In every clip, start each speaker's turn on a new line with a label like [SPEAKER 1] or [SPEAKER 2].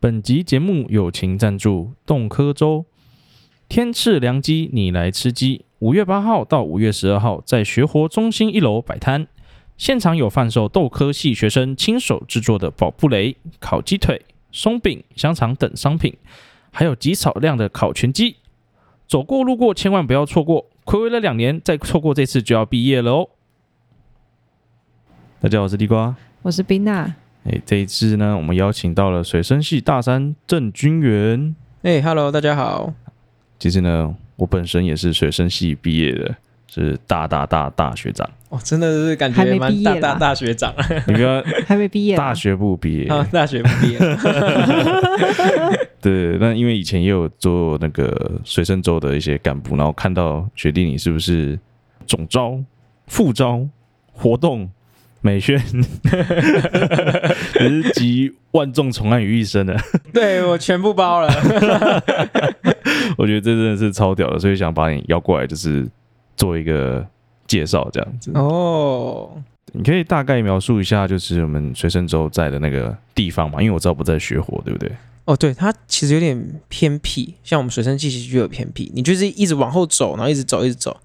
[SPEAKER 1] 本集节目友情赞助动科周，天赐良机，你来吃鸡。五月八号到五月十二号在学活中心一楼摆摊，现场有贩售豆科系学生亲手制作的宝布雷、烤鸡腿、松饼、香肠等商品，还有极少量的烤全鸡。走过路过千万不要错过，暌违了两年，再错过这次就要毕业了哦。大家好，我是地瓜。
[SPEAKER 2] 我是冰娜，
[SPEAKER 1] 哎，这一次呢，我们邀请到了水生系大三郑君元。
[SPEAKER 3] 哎、h e l l o 大家好。
[SPEAKER 1] 其实呢，我本身也是水生系毕业的，是大大大大学长。
[SPEAKER 3] 哦，真的是感
[SPEAKER 2] 还
[SPEAKER 3] 觉
[SPEAKER 2] 没
[SPEAKER 3] 蛮
[SPEAKER 2] 毕
[SPEAKER 3] 大
[SPEAKER 2] 业
[SPEAKER 3] 大
[SPEAKER 2] 啦
[SPEAKER 3] 大学长啊，
[SPEAKER 1] 你不要
[SPEAKER 2] 还没毕业
[SPEAKER 1] 大
[SPEAKER 2] 呢，
[SPEAKER 1] 学部毕业，
[SPEAKER 3] 大学不毕 业。
[SPEAKER 1] 对，那因为以前也有做那个水生周的一些干部，然后看到学弟你是不是总招、副招、活动、美宣， 你是集万众宠爱于一身的，
[SPEAKER 3] 对我全部包了。
[SPEAKER 1] 我觉得这真的是超屌的，所以想把你邀过来，就是做一个介绍这样子。
[SPEAKER 3] 嗯哦，
[SPEAKER 1] 你可以大概描述一下，就是我们水生周在的那个地方嘛，因为我知道不在学火，对不对？
[SPEAKER 3] 哦，对，它其实有点偏僻，像我们水生气息就有偏僻，你就是一直往后走，然后一直走，一直走。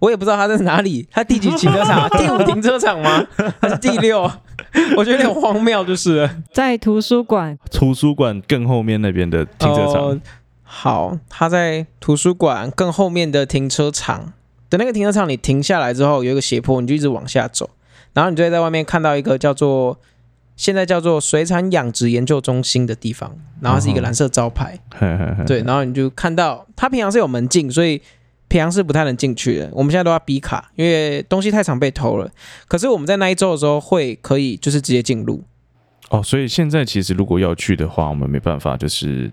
[SPEAKER 3] 我也不知道它在哪里，它第几停车 场？第五停车场吗？还是第六？ 我觉得有点荒谬，就是了
[SPEAKER 2] 在图书馆，
[SPEAKER 1] 图书馆更后面那边的停车场，
[SPEAKER 3] 哦好，它在图书馆更后面的停车场的那个停车场，你停下来之后有一个斜坡，你就一直往下走，然后你就会在外面看到一个叫做现在叫做水产养殖研究中心的地方，然后它是一个蓝色招牌。
[SPEAKER 1] 嘿嘿嘿
[SPEAKER 3] 对，然后你就看到它平常是有门禁，所以平常是不太能进去的。我们现在都要逼卡，因为东西太常被偷了。可是我们在那一周的时候会可以就是直接进入，
[SPEAKER 1] 哦，所以现在其实如果要去的话，我们没办法，就是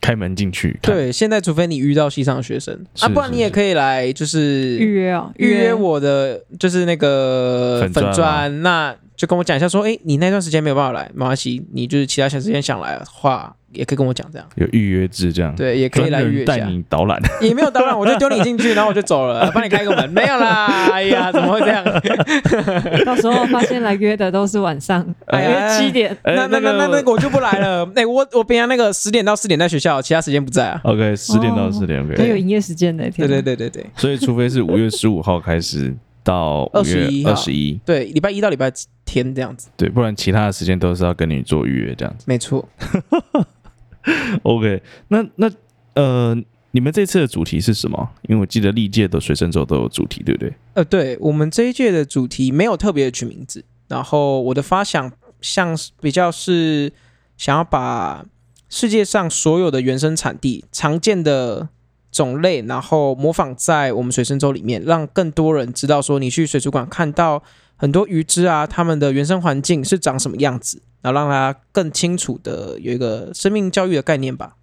[SPEAKER 1] 开门进去看。
[SPEAKER 3] 对，现在除非你遇到系上的学生
[SPEAKER 1] 是
[SPEAKER 3] 啊，不然
[SPEAKER 1] 是
[SPEAKER 3] 你也
[SPEAKER 1] 是
[SPEAKER 3] 可以来就是
[SPEAKER 2] 预约哦，
[SPEAKER 3] 预约我的就是那个
[SPEAKER 1] 粉啊专吗
[SPEAKER 3] 粉砖，那就跟我讲一下说，哎、你那段时间没有办法来，没关系，你就是其他小时间想来的话，也可以跟我讲这样。
[SPEAKER 1] 有预约制这样，，
[SPEAKER 3] 对，也可以来约一
[SPEAKER 1] 带
[SPEAKER 3] 下，
[SPEAKER 1] 你导览。
[SPEAKER 3] 也没有当然，我就丢你进去，然后我就走了，帮你开个门，没有啦，哎呀，怎么会 这样？
[SPEAKER 2] 到时候发现来约的都是晚上，
[SPEAKER 3] 哎
[SPEAKER 2] 约
[SPEAKER 3] 呀
[SPEAKER 2] 七点，
[SPEAKER 1] 哎
[SPEAKER 3] 那那那那那个我就不来了。哎、我我平常那个十点到四点在学校，其他时间不在啊。
[SPEAKER 1] OK，十点到四点
[SPEAKER 2] 都
[SPEAKER 1] OK，
[SPEAKER 2] 有营业时间的，
[SPEAKER 3] 对
[SPEAKER 2] 天哪
[SPEAKER 3] 对，对对对
[SPEAKER 1] 所以除非是五月十五号开始到五月
[SPEAKER 3] 21
[SPEAKER 1] 二
[SPEAKER 3] 号
[SPEAKER 1] 十一，
[SPEAKER 3] 对，礼拜一到礼拜天这样子，
[SPEAKER 1] 对，不然其他的时间都是要跟你做预约这样子。
[SPEAKER 3] 没错。
[SPEAKER 1] OK，那那呃，你们这次的主题是什么？因为我记得历届的水生周都有主题，对不对？
[SPEAKER 3] 呃，对我们这一届的主题没有特别的取名字，然后我的发想像是比较是想要把世界上所有的原生产地常见的种类，然后模仿在我们水生周里面，让更多人知道说你去水族馆看到很多鱼只啊，它们的原生环境是长什么样子，然后让它更清楚的有一个生命教育的概念吧。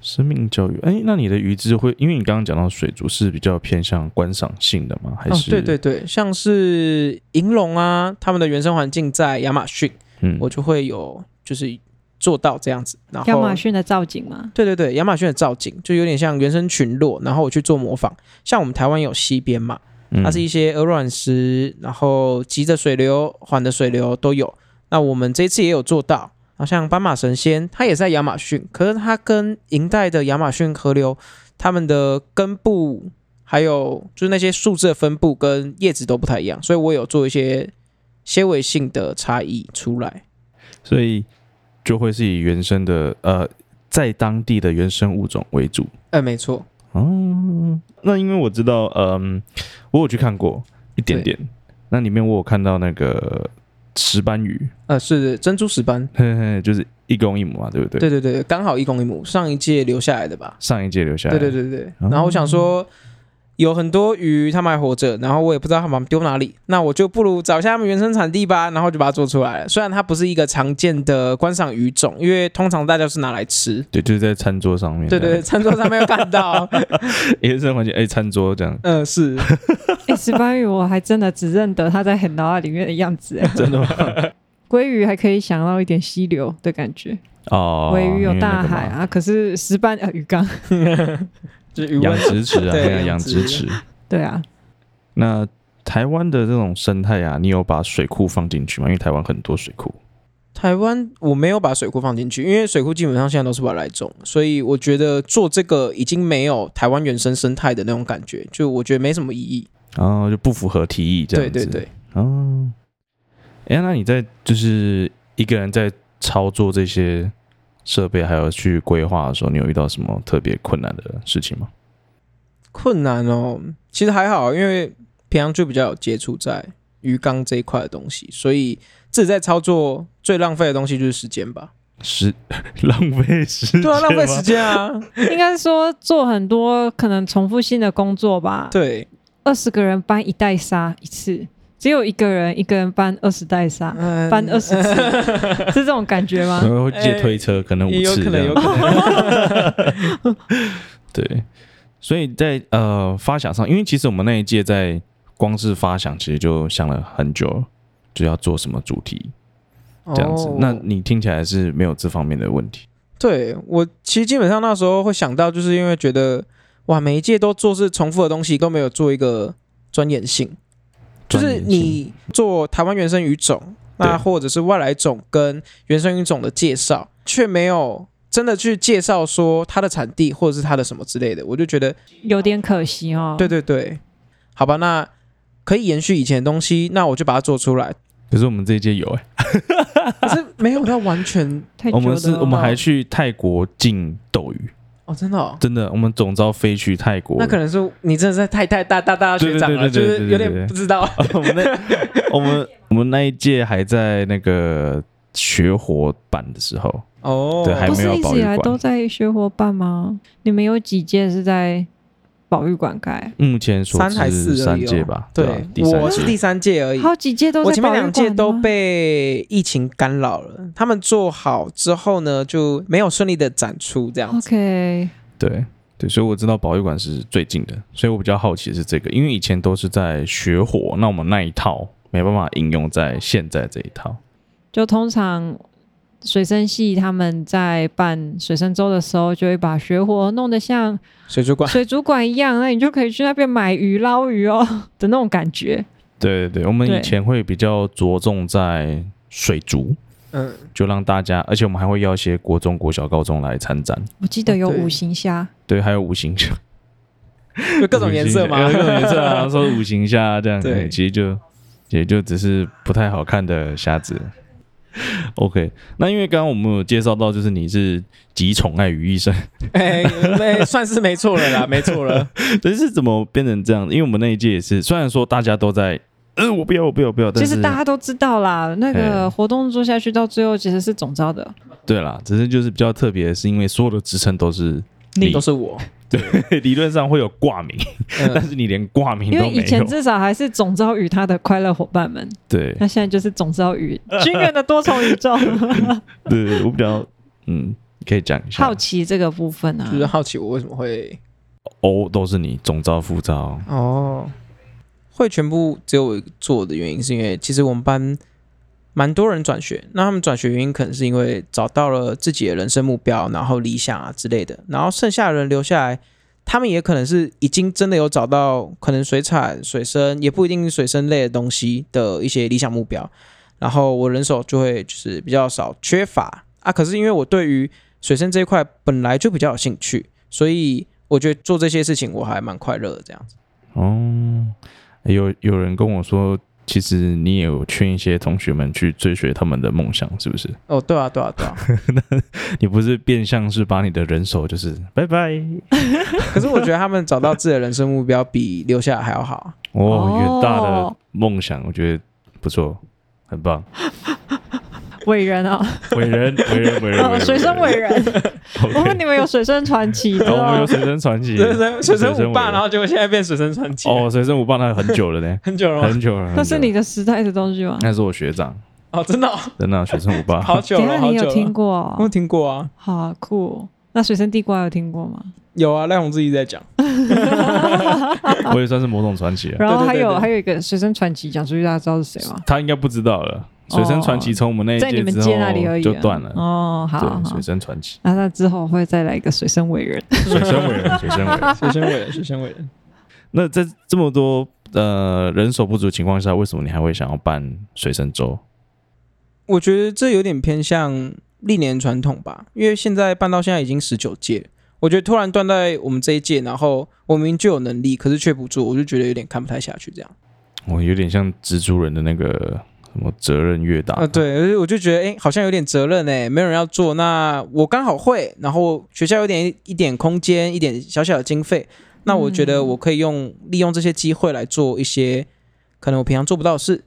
[SPEAKER 1] 生命教育，哎，那你的鱼只会，因为你刚刚讲到水族是比较偏向观赏性的吗？还
[SPEAKER 3] 哦，
[SPEAKER 1] 是、
[SPEAKER 3] 对对，对，像是银龙啊，它们的原生环境在亚马逊。
[SPEAKER 1] 嗯，
[SPEAKER 3] 我就会有就是做到这样子。然
[SPEAKER 2] 亚
[SPEAKER 3] 后，
[SPEAKER 2] 马逊的造景 嘛，
[SPEAKER 3] 对对对，亚马逊的造景就有点像原生群落，然后我去做模仿。像我们台湾有溪边嘛，
[SPEAKER 1] 嗯
[SPEAKER 3] 它是一些鹅卵石，然后急的水流、缓的水流都有。那我们这次也有做到。然后像斑马神仙，它也在亚马逊，可是它跟银带的亚马逊河流，它们的根部还有就是那些树枝的分布跟叶子都不太一样，所以我有做一些纤维性的差异出来。
[SPEAKER 1] 嗯，所以就会是以原生的呃，在当地的原生物种为主。
[SPEAKER 3] 呃，没错，
[SPEAKER 1] 哦，那因为我知道，嗯，我有去看过一点点，那里面我有看到那个石斑鱼，
[SPEAKER 3] 呃，是珍珠石斑，
[SPEAKER 1] 嘿嘿，就是一公一母嘛，对不对？
[SPEAKER 3] 对对对，刚好一公一母，上一届留下来的吧？
[SPEAKER 1] 上一届留下来，
[SPEAKER 3] 对对对对。
[SPEAKER 1] 哦
[SPEAKER 3] 然后我想说，有很多鱼它们还活着，然后我也不知道它们丢哪里，那我就不如找一下它们原生产地吧，然后就把它做出来了。虽然它不是一个常见的观赏鱼种，因为通常大家是拿来吃。
[SPEAKER 1] 对，就是在餐桌上面，
[SPEAKER 3] 对对，对，餐桌上面有看到，
[SPEAKER 1] 对，原生环境，哎，餐桌这样，
[SPEAKER 3] 嗯，是
[SPEAKER 2] 哎，石斑鱼我还真的只认得它在很脑海里面的样子， 哎
[SPEAKER 1] 真的吗？
[SPEAKER 2] 鲑鱼还可以想到一点溪流的感觉，
[SPEAKER 1] 哦，
[SPEAKER 2] 鲑鱼有
[SPEAKER 1] 因为那
[SPEAKER 2] 大
[SPEAKER 1] 个嘛
[SPEAKER 2] 海啊，可是石斑呃鱼缸，
[SPEAKER 3] 就是 鱼
[SPEAKER 1] 养
[SPEAKER 3] 温。
[SPEAKER 1] 殖池啊，
[SPEAKER 3] 对
[SPEAKER 1] 对啊，养
[SPEAKER 3] 养殖
[SPEAKER 1] 殖池。
[SPEAKER 2] 对啊，
[SPEAKER 1] 那台湾的这种生态啊，你有把水库放进去吗？因为台湾很多水库。
[SPEAKER 3] 台湾我没有把水库放进去，因为水库基本上现在都是外来种，所以我觉得做这个已经没有台湾原生生态的那种感觉，就我觉得没什么意义。
[SPEAKER 1] 然后哦就不符合提议这
[SPEAKER 3] 对
[SPEAKER 1] 样子。
[SPEAKER 3] 对对，
[SPEAKER 1] 哦，哎、那你在就是一个人在操作这些设备，还有去规划的时候，你有遇到什么特别困难的事情吗？
[SPEAKER 3] 困难哦，其实还好，因为平常就比较有接触在鱼缸这一块的东西，所以自己在操作最浪费的东西就是时间吧。
[SPEAKER 1] 时 浪费时间吗，
[SPEAKER 3] 对啊，浪费时间啊。
[SPEAKER 2] 应该说做很多可能重复性的工作吧。，
[SPEAKER 3] 对，
[SPEAKER 2] 二十个人搬一袋沙一次，只有一个人一个人搬二十袋沙，
[SPEAKER 3] 嗯
[SPEAKER 2] 搬20次 是这种感觉吗？
[SPEAKER 1] 然后会借推车，可能五
[SPEAKER 3] 也哎有
[SPEAKER 1] 次
[SPEAKER 3] 可
[SPEAKER 1] 这
[SPEAKER 3] 能，有
[SPEAKER 1] 样。
[SPEAKER 3] 可能。
[SPEAKER 1] 对，所以在呃发想上，因为其实我们那一届在光是发想，其实就想了很久了，就要做什么主题这样子。
[SPEAKER 3] 哦
[SPEAKER 1] 那你听起来是没有这方面的问题，
[SPEAKER 3] 对我其实基本上那时候会想到，就是因为觉得哇，每一届都做是重复的东西，都没有做一个专业性，就是
[SPEAKER 1] 专业性
[SPEAKER 3] 你做台湾原生语种，那
[SPEAKER 1] 对
[SPEAKER 3] 或者是外来种跟原生语种的介绍，却没有真的去介绍说它的产地或者是它的什么之类的，我就觉得
[SPEAKER 2] 有点可惜哦。
[SPEAKER 3] 对对对，好吧，那可以延续以前的东西，那我就把它做 出来，
[SPEAKER 1] 可是我们这一届有哎、
[SPEAKER 3] 可是没有到完全
[SPEAKER 2] 太久
[SPEAKER 1] 我
[SPEAKER 2] 了
[SPEAKER 1] 们是，我们还去泰国进斗鱼，
[SPEAKER 3] 哦，真的、哦。
[SPEAKER 1] 真的，我们总招飞去泰国。
[SPEAKER 3] 那可能是你真的是太太大大大学长了，就
[SPEAKER 1] 对对对对
[SPEAKER 3] 是
[SPEAKER 1] 对
[SPEAKER 3] 有
[SPEAKER 1] 对对
[SPEAKER 3] 点不知道。
[SPEAKER 1] 我们那我们我们那一届还在那个学活版的时候，
[SPEAKER 3] 哦，
[SPEAKER 1] 对还
[SPEAKER 2] 不
[SPEAKER 1] 没有
[SPEAKER 2] 是一
[SPEAKER 1] 保
[SPEAKER 2] 直
[SPEAKER 1] 育
[SPEAKER 2] 以来
[SPEAKER 1] 馆
[SPEAKER 2] 都在学伙伴吗？你们有几届是在保育馆盖？
[SPEAKER 1] 目前所
[SPEAKER 3] 三还
[SPEAKER 1] 知
[SPEAKER 3] 四而
[SPEAKER 1] 三
[SPEAKER 3] 已哦
[SPEAKER 1] 届吧，
[SPEAKER 3] 对
[SPEAKER 1] 吧啊第
[SPEAKER 3] 我
[SPEAKER 1] 三
[SPEAKER 3] 是
[SPEAKER 1] 届
[SPEAKER 3] 第三届而已。
[SPEAKER 2] 好几届都在
[SPEAKER 3] 呃我前面
[SPEAKER 2] 保育
[SPEAKER 3] 两届
[SPEAKER 2] 馆
[SPEAKER 3] 都
[SPEAKER 2] 吗
[SPEAKER 3] 被疫情干扰了，他们做好之后呢，就没有顺利的展出这样子。
[SPEAKER 2] OK，
[SPEAKER 1] 对对，所以我知道保育馆是最近的，所以我比较好奇的是这个，因为以前都是在学火，那我们那一套没办法应用在现在这一套。
[SPEAKER 2] 就通常水生系他们在办水生周的时候，就会把学活弄得像
[SPEAKER 3] 水族馆
[SPEAKER 2] 水族馆一样，那你就可以去那边买鱼、捞鱼哦的那种感觉。
[SPEAKER 1] 对对对，我们
[SPEAKER 2] 对
[SPEAKER 1] 以前会比较着重在水族，
[SPEAKER 3] 嗯，
[SPEAKER 1] 就让大家，而且我们还会要一些国中、国小、高中来参展，
[SPEAKER 2] 我记得有
[SPEAKER 3] 啊对
[SPEAKER 2] 五行虾，
[SPEAKER 1] 对，还有五行虾，
[SPEAKER 3] 就各种颜 色嘛，
[SPEAKER 1] 五行虾呃各种颜色啊，说五行虾这样，
[SPEAKER 3] 对
[SPEAKER 1] 对，其实就也就只是不太好看的虾子。OK，那因为刚刚我们有介绍到，就是你是极宠爱于一身，
[SPEAKER 3] 哎，哎算是没错了啦，没错了。
[SPEAKER 1] 可是怎么变成这样？因为我们那一届也是，虽然说大家都在，呃，我不要，我不要，我不要，但
[SPEAKER 2] 其
[SPEAKER 1] 是
[SPEAKER 2] 实大家都知道啦。那
[SPEAKER 1] 哎
[SPEAKER 2] 个活动做下去到最后，其实是总招的。
[SPEAKER 1] 对啦，只是就是比较特别，是因为所有的职称都是
[SPEAKER 3] 你
[SPEAKER 1] 理
[SPEAKER 3] 都是我，
[SPEAKER 1] 理论上会有挂名，但
[SPEAKER 3] 嗯，
[SPEAKER 1] 是你连挂名
[SPEAKER 2] 因
[SPEAKER 1] 都
[SPEAKER 2] 为
[SPEAKER 1] 没
[SPEAKER 2] 以前
[SPEAKER 1] 有。
[SPEAKER 2] 至少还是总招与他的快乐伙伴们，
[SPEAKER 1] 对
[SPEAKER 2] 那现在就是总招与军人的多重宇 宙。
[SPEAKER 1] 对对，我比较嗯，可以讲一下
[SPEAKER 2] 好，奇这个部分啊
[SPEAKER 3] 就，是好奇我为什么会
[SPEAKER 1] 哦，都是你总招副招，
[SPEAKER 3] 哦，会全部只有我做的原因，是因为其实我们班蛮多人转学，那他们转学原因可能是因为找到了自己的人生目标，然后理想啊之类的，然后剩下的人留下来，他们也可能是已经真的有找到可能水产、水生，也不一定是水生类的东西的一些理想目标，然后我人手就会就是比较少缺乏啊，可是因为我对于水生这一块本来就比较有兴趣，所以我觉得做这些事情我还蛮快乐的这样子。
[SPEAKER 1] 哦，有有人跟我说，其实你也有劝一些同学们去追随他们的梦想，是不是？
[SPEAKER 3] 哦，对啊，对啊，对 啊。
[SPEAKER 1] 你不是变相是把你的人手就是拜拜
[SPEAKER 3] 可是我觉得他们找到自己的人生目标比留下来还要好。
[SPEAKER 1] 哦，
[SPEAKER 2] 哦
[SPEAKER 1] 远大的梦想，我觉得不错，很棒，
[SPEAKER 2] 伟人啊，
[SPEAKER 1] 伟人， 伟人，伟人，
[SPEAKER 2] 哦 水生伟人。我问
[SPEAKER 1] ，OK，
[SPEAKER 2] 你们有水生传奇的
[SPEAKER 1] 然后 我们有
[SPEAKER 2] 哦？
[SPEAKER 1] 水生传奇，
[SPEAKER 3] 水生嗯水生舞
[SPEAKER 1] 水生
[SPEAKER 3] 霸，
[SPEAKER 1] 舞
[SPEAKER 3] 然后结果现在变水生传奇，，
[SPEAKER 1] 哦，水生舞棒那很久了呢
[SPEAKER 3] 很久了吗？
[SPEAKER 1] 很久了，很久了
[SPEAKER 2] 哦那是你，的时代的东西吗？
[SPEAKER 1] 那是我学长，
[SPEAKER 3] 哦，真的哦、
[SPEAKER 1] 真的啊水生舞棒，
[SPEAKER 3] 好久
[SPEAKER 2] 等一
[SPEAKER 3] 了，
[SPEAKER 2] 下
[SPEAKER 3] 好
[SPEAKER 2] 你
[SPEAKER 3] 久
[SPEAKER 2] 有听
[SPEAKER 3] 了。
[SPEAKER 2] 过
[SPEAKER 3] 我
[SPEAKER 2] 哦？
[SPEAKER 3] 听过啊，
[SPEAKER 2] 好酷！那水生地瓜有听过吗？
[SPEAKER 3] 有啊，赖宏自己在讲。
[SPEAKER 1] 我也算是某种传奇啊了，
[SPEAKER 2] 然后还
[SPEAKER 3] 对对对
[SPEAKER 2] 有
[SPEAKER 3] 对
[SPEAKER 2] 还有一个水生传奇，讲出去大家知道是谁吗？
[SPEAKER 1] 他应该不知道了。水生传奇从我们那一
[SPEAKER 2] 哦在你
[SPEAKER 1] 届
[SPEAKER 2] 们
[SPEAKER 1] 之
[SPEAKER 2] 街那里而
[SPEAKER 1] 后
[SPEAKER 2] 已
[SPEAKER 1] 就
[SPEAKER 2] 啊
[SPEAKER 1] 断了，
[SPEAKER 2] 哦，好好
[SPEAKER 1] 对，
[SPEAKER 2] 好
[SPEAKER 1] 水，生传奇。
[SPEAKER 2] 那那之后会再来一个水生伟人，
[SPEAKER 1] 水生伟 人，水生伟人。
[SPEAKER 3] 水生伟人，水生伟人。
[SPEAKER 1] 那在这么多呃人手不足的情况下，为什么你还会想要办水生周？
[SPEAKER 3] 我觉得这有点偏向历年传统吧，因为现在办到现在已经十九届了，我觉得突然断在我们这一届，然后我明明就有能力，可是却不做，我就觉得有点看不太下去这样
[SPEAKER 1] 我有点像蜘蛛人的那个什么责任越大
[SPEAKER 3] 啊、对，而且我就觉得哎、诶好像有点责任哎、没有人要做，那我刚好会，然后学校有点一点空间，一点小小的经费，那我觉
[SPEAKER 2] 嗯
[SPEAKER 3] 得我可以用利用这些机会来做一些可能我平常做不到的事，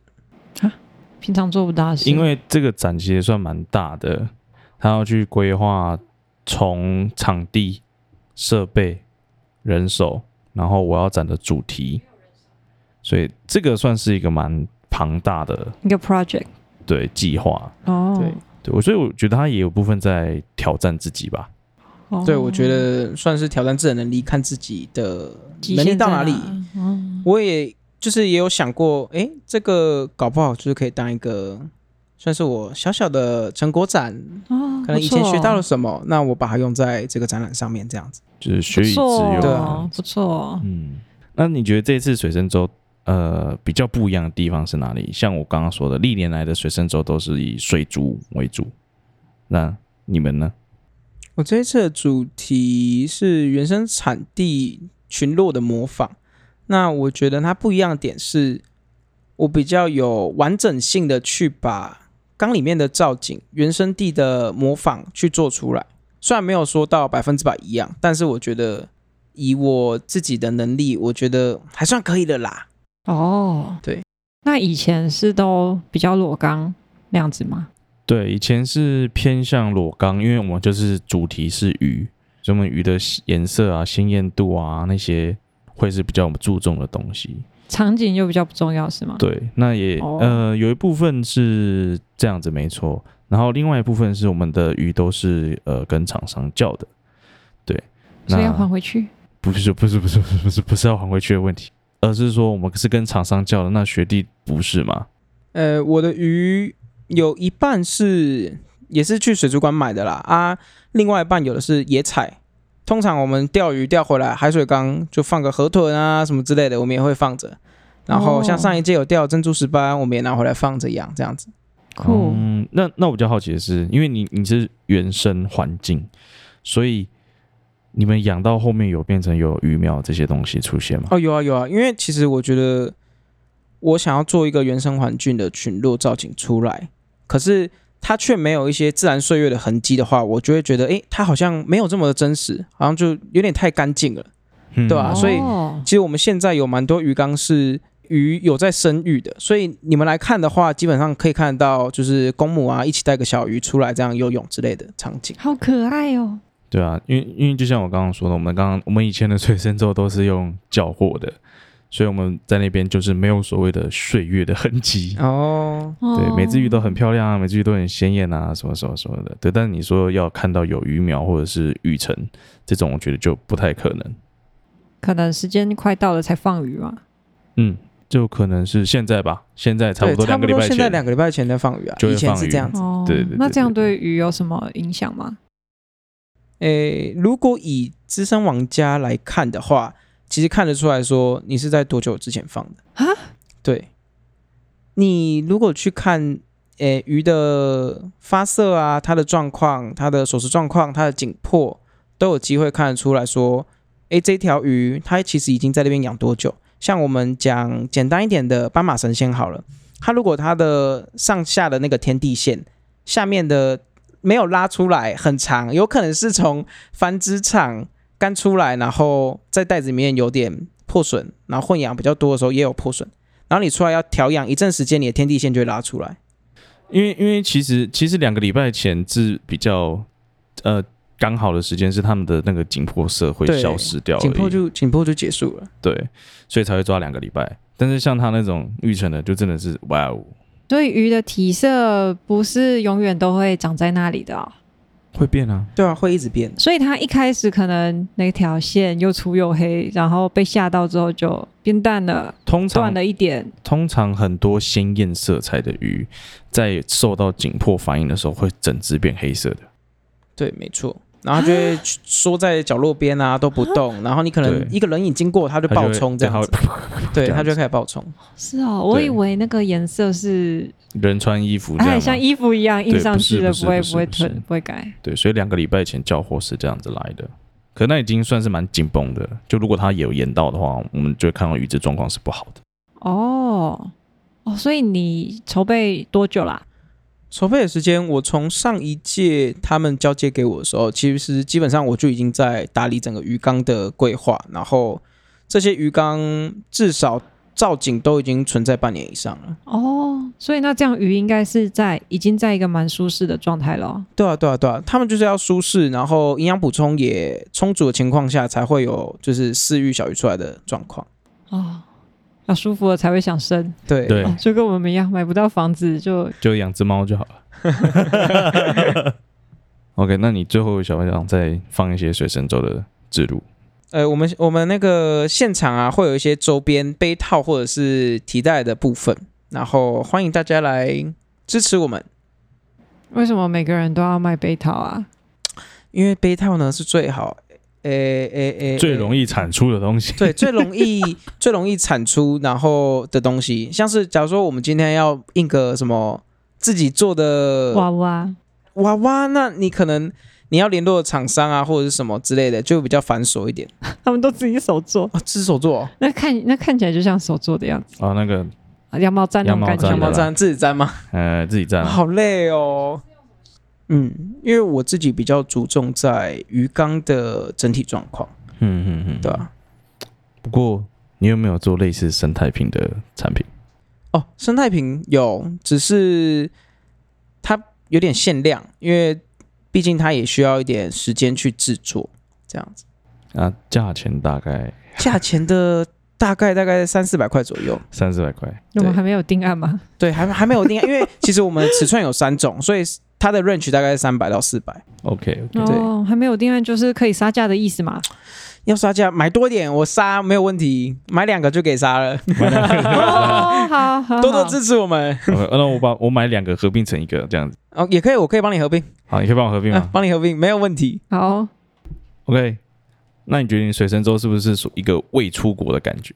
[SPEAKER 2] 平常做不到的事，
[SPEAKER 1] 因为这个展其实算蛮大的，他要去规划从场地、设备、人手，然后我要展的主题，所以这个算是一个蛮庞大的
[SPEAKER 2] 一个 project
[SPEAKER 1] 对计划。
[SPEAKER 2] 哦，
[SPEAKER 3] 对
[SPEAKER 1] 对，我所以我觉得他也有部分在挑战自己吧。
[SPEAKER 2] 哦
[SPEAKER 3] 对，我觉得算是挑战自己的能力，看自己的
[SPEAKER 2] 极
[SPEAKER 3] 能力
[SPEAKER 2] 限在
[SPEAKER 3] 到哪里。
[SPEAKER 2] 哦
[SPEAKER 3] 我也就是也有想过，诶，这个搞不好就是可以当一个算是我小小的成果展，
[SPEAKER 2] 哦，
[SPEAKER 3] 可能以前学到了
[SPEAKER 2] 了，
[SPEAKER 3] 什么，那我把它用在这个展览上面，这样子。
[SPEAKER 1] 就是学
[SPEAKER 2] 不
[SPEAKER 1] 以致
[SPEAKER 2] 错
[SPEAKER 1] 用。
[SPEAKER 3] 对
[SPEAKER 2] 哦
[SPEAKER 3] 啊，
[SPEAKER 2] 不错，
[SPEAKER 1] 嗯，那你觉得这次水生周呃比较不一样的地方是哪里？像我刚刚说的，历年来的水生周都是以水族为主，那你们呢？
[SPEAKER 3] 我这一次的主题是原生产地群落的模仿。那我觉得它不一样的点是，我比较有完整性的去把缸里面的造景、原生地的模仿去做出来。虽然没有说到百分之百一样，但是我觉得以我自己的能力，我觉得还算可以的啦。
[SPEAKER 2] 哦，
[SPEAKER 3] 啊对。
[SPEAKER 2] 那以前是都比较裸缸那样子吗？
[SPEAKER 1] 对，以前是偏向裸缸，因为我们就是主题是鱼，所以我们鱼的颜色啊、鲜艳度啊那些会是比较我们注重的东西。
[SPEAKER 2] 场景就比较不重要是吗？
[SPEAKER 1] 对，那也、
[SPEAKER 2] 哦
[SPEAKER 1] 呃有一部分是这样子没错，然后另外一部分是我们的鱼都是呃跟厂商叫的，对，
[SPEAKER 2] 所以
[SPEAKER 1] 那
[SPEAKER 2] 要还回
[SPEAKER 3] 嗯
[SPEAKER 2] 去。
[SPEAKER 1] 不是不是不是不是不是不是要还回去的问题，而是说我们是跟厂商叫的，那学弟不是嘛？
[SPEAKER 3] 呃，我的鱼有一半是也是去水族馆买的啦啊，另外一半有的是野采。通常我们钓鱼钓回来，海水缸就放个河豚啊什么之类的，我们也会放着。然后
[SPEAKER 2] 哦
[SPEAKER 3] 像上一届有钓珍珠石斑，我们也拿回来放着养，这样子。
[SPEAKER 2] 酷，
[SPEAKER 1] 嗯，那那我比较好奇的是，因为你你是原生环境，所以你们养到后面有变成有鱼苗这些东西出现吗？
[SPEAKER 3] 哦，有啊有啊，因为其实我觉得我想要做一个原生环境的群落造景出来，可是它却没有一些自然岁月的痕迹的话，我就会觉得，诶，它好像没有这么的真实，好像就有点太干净了。
[SPEAKER 1] 嗯
[SPEAKER 3] 对啊所以
[SPEAKER 2] 哦
[SPEAKER 3] 其实我们现在有蛮多鱼缸是鱼有在生育的，所以你们来看的话，基本上可以看得到，就是公母啊一起带个小鱼出来这样游泳之类的场景。
[SPEAKER 2] 好可爱哦，
[SPEAKER 1] 对啊，因为因为就像我刚刚说的，我们刚刚我们以前的水深之后都是用缴获的，所以我们在那边就是没有所谓的岁月的痕迹。
[SPEAKER 3] 哦，
[SPEAKER 1] 对，
[SPEAKER 2] 哦
[SPEAKER 1] 每只鱼都很漂亮啊，每只鱼都很鲜艳啊，什么什么什么的。对，但你说要看到有鱼苗或者是鱼层这种，我觉得就不太可能。
[SPEAKER 2] 可能时间快到了才放鱼嘛。
[SPEAKER 1] 嗯，就可能是现在吧，现在差不
[SPEAKER 3] 对，
[SPEAKER 1] 多
[SPEAKER 3] 差
[SPEAKER 1] 两个
[SPEAKER 3] 不
[SPEAKER 1] 礼
[SPEAKER 3] 多
[SPEAKER 1] 拜
[SPEAKER 3] 现在两
[SPEAKER 1] 前。
[SPEAKER 3] 个礼拜前在放鱼啊，
[SPEAKER 1] 就会
[SPEAKER 3] 以前
[SPEAKER 1] 放
[SPEAKER 3] 是
[SPEAKER 1] 鱼
[SPEAKER 3] 这样子。
[SPEAKER 2] 哦，
[SPEAKER 1] 对对对
[SPEAKER 2] 那这样
[SPEAKER 1] 对
[SPEAKER 2] 对鱼有什么影响吗？
[SPEAKER 3] 诶，如果以资深玩家来看的话，其实看得出来说你是在多久之前放的
[SPEAKER 2] 啊？
[SPEAKER 3] 对，你如果去看诶鱼的发色啊，它的状况、它的手持状况、它的颈廓，都有机会看得出来说，诶，这条鱼它其实已经在那边养多久。像我们讲简单一点的斑马神仙好了，它如果它的上下的那个天地线下面的没有拉出来很长，有可能是从繁殖场刚出来，然后在袋子里面有点破损，然后混养比较多的时候也有破损，然后你出来要调养一阵时间，你的天地线就会拉出来。
[SPEAKER 1] 因为因为其实其实两个礼拜前是比较呃刚好的时间，是他们的那个紧迫色会
[SPEAKER 3] 对
[SPEAKER 1] 消失掉而已，
[SPEAKER 3] 紧迫就紧迫就结束了。
[SPEAKER 1] 对，所以才会抓两个礼拜。但是像他那种育成的，就真的是哇哦，
[SPEAKER 2] 所以鱼的体色不是永远都会长在那里的哦，
[SPEAKER 1] 会变啊。
[SPEAKER 3] 对啊，会一直变。
[SPEAKER 2] 所以它一开始可能那条线又粗又黑，然后被吓到之后就变淡了，
[SPEAKER 1] 通常
[SPEAKER 2] 断了一点。
[SPEAKER 1] 通常很多鲜艳色彩的鱼，在受到紧迫反应的时候，会整只变黑色的。
[SPEAKER 3] 对，没错。然后它就会缩在角落边啊，都不动。然后你可能
[SPEAKER 1] 对
[SPEAKER 3] 一个人影经过，它就
[SPEAKER 1] 它就
[SPEAKER 3] 爆
[SPEAKER 1] 会
[SPEAKER 3] 冲这
[SPEAKER 1] 对它
[SPEAKER 3] 样
[SPEAKER 1] 会
[SPEAKER 3] 子，对，
[SPEAKER 1] 这样
[SPEAKER 3] 它就会开始爆冲。
[SPEAKER 2] 是哦，我
[SPEAKER 1] 对
[SPEAKER 2] 以为那个颜色是
[SPEAKER 1] 人穿衣服这样
[SPEAKER 2] 哎
[SPEAKER 1] 吗，
[SPEAKER 2] 像衣服一样印
[SPEAKER 1] 对
[SPEAKER 2] 上
[SPEAKER 1] 不
[SPEAKER 2] 去
[SPEAKER 1] 是
[SPEAKER 2] 的，
[SPEAKER 1] 不是
[SPEAKER 2] 会
[SPEAKER 1] 不
[SPEAKER 2] 不
[SPEAKER 1] 是
[SPEAKER 2] 会
[SPEAKER 1] 不是
[SPEAKER 2] 退不会改。
[SPEAKER 1] 对，所以两个礼拜前交货是这样子来的，可那已经算是蛮紧绷的。就如果它有延到的话，我们就会看到鱼质状况是不好的。
[SPEAKER 2] 哦哦，所以你筹备多久啦？
[SPEAKER 3] 筹备的时间，我从上一届他们交接给我的时候，其实基本上我就已经在打理整个鱼缸的规划，然后这些鱼缸至少造景都已经存在半年以上了。
[SPEAKER 2] 哦，所以那这样鱼应该是在已经在一个蛮舒适的状态了哦。
[SPEAKER 3] 对啊，对啊，对啊，他们就是要舒适，然后营养补充也充足的情况下，才会有就是饲育小鱼出来的状况。
[SPEAKER 2] 哦，要舒服了才会想生。
[SPEAKER 3] 对，
[SPEAKER 1] 对，
[SPEAKER 2] 哦，就跟我们一样，买不到房子就
[SPEAKER 1] 就养只猫就好了。OK，那你最后小班长再放一些水神州的制度，
[SPEAKER 3] 呃，我们我们那个现场啊，会有一些周边杯套或者是提袋的部分，然后欢迎大家来支持我们。
[SPEAKER 2] 为什么每个人都要卖杯套啊？
[SPEAKER 3] 因为杯套呢是最好，诶诶诶，
[SPEAKER 1] 最容
[SPEAKER 3] 易
[SPEAKER 1] 易产出的东西。
[SPEAKER 3] 对最容 易最容易产出然后的东西，像是假如说我们今天要印个什么自己做的
[SPEAKER 2] 娃娃
[SPEAKER 3] 娃娃，那你可能你要联络厂商啊或者是什么之类的，就比较繁琐一点
[SPEAKER 2] 他们都自己手做，
[SPEAKER 3] 啊。自手做哦
[SPEAKER 2] 那看那看起来就像手做的样子，
[SPEAKER 1] 啊，那个
[SPEAKER 2] 啊羊毛毡那种感觉
[SPEAKER 1] 羊
[SPEAKER 3] 羊
[SPEAKER 1] 毛
[SPEAKER 3] 毛
[SPEAKER 1] 毡
[SPEAKER 2] 吗。
[SPEAKER 3] 毡自己粘吗？
[SPEAKER 1] 呃，自己站
[SPEAKER 3] 好累哦。嗯，因为我自己比较注重在鱼缸的整体状况，
[SPEAKER 1] 嗯嗯嗯，
[SPEAKER 3] 对啊吧、
[SPEAKER 1] 不过你有没有做类似生态瓶的产品？
[SPEAKER 3] 哦，生态瓶有，只是它有点限量，因为毕竟它也需要一点时间去制作，这样子，
[SPEAKER 1] 啊，价钱大概
[SPEAKER 3] 价钱的大概大概三四百块左右。
[SPEAKER 1] 三四百块。
[SPEAKER 2] 那我们
[SPEAKER 3] 对
[SPEAKER 2] 还没有定案吗？
[SPEAKER 3] 对，还还没有定，因为其实我们尺寸有三种，所以它的 range 大概是三百到四百。
[SPEAKER 1] OK，
[SPEAKER 3] 对
[SPEAKER 2] 哦，还没有定案就是可以杀价的意思 嘛。
[SPEAKER 3] 要杀价买多一点，我杀没有问题，买两个就给杀 了，
[SPEAKER 2] 哦，好好，
[SPEAKER 3] 多多
[SPEAKER 2] 好
[SPEAKER 3] 支持我们。
[SPEAKER 1] 那我把我买两个合并成一个这样子。
[SPEAKER 3] 哦，也可以，我可以帮你合并，
[SPEAKER 1] 好，你可以帮我合并
[SPEAKER 3] 啊
[SPEAKER 1] 吗、
[SPEAKER 3] 帮你合并没有问题。
[SPEAKER 2] 好，
[SPEAKER 1] ？OK，那你觉得你水神州是不是属一个未出国的感觉？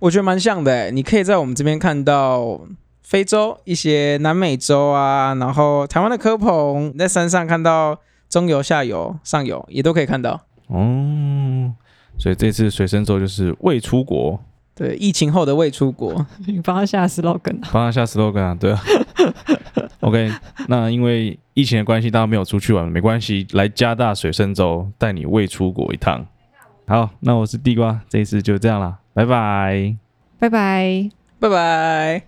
[SPEAKER 3] 我觉得蛮像的欸，你可以在我们这边看到非洲一些南美洲啊，然后台湾的科蓬，你在山上看到中游、下游、上游也都可以看到。
[SPEAKER 1] 哦，所以这次水神州就是未出国，
[SPEAKER 3] 对，疫情后的未出国，
[SPEAKER 2] 你帮他下 slogan 啊
[SPEAKER 1] 帮他下 slogan 啊，对啊。OK，那因为疫情的关系，大家没有出去玩，没关系，来加大水深州带你未出国一趟。好，那我是地瓜，这一次就这样啦，拜拜。
[SPEAKER 2] 拜拜。
[SPEAKER 3] 拜拜。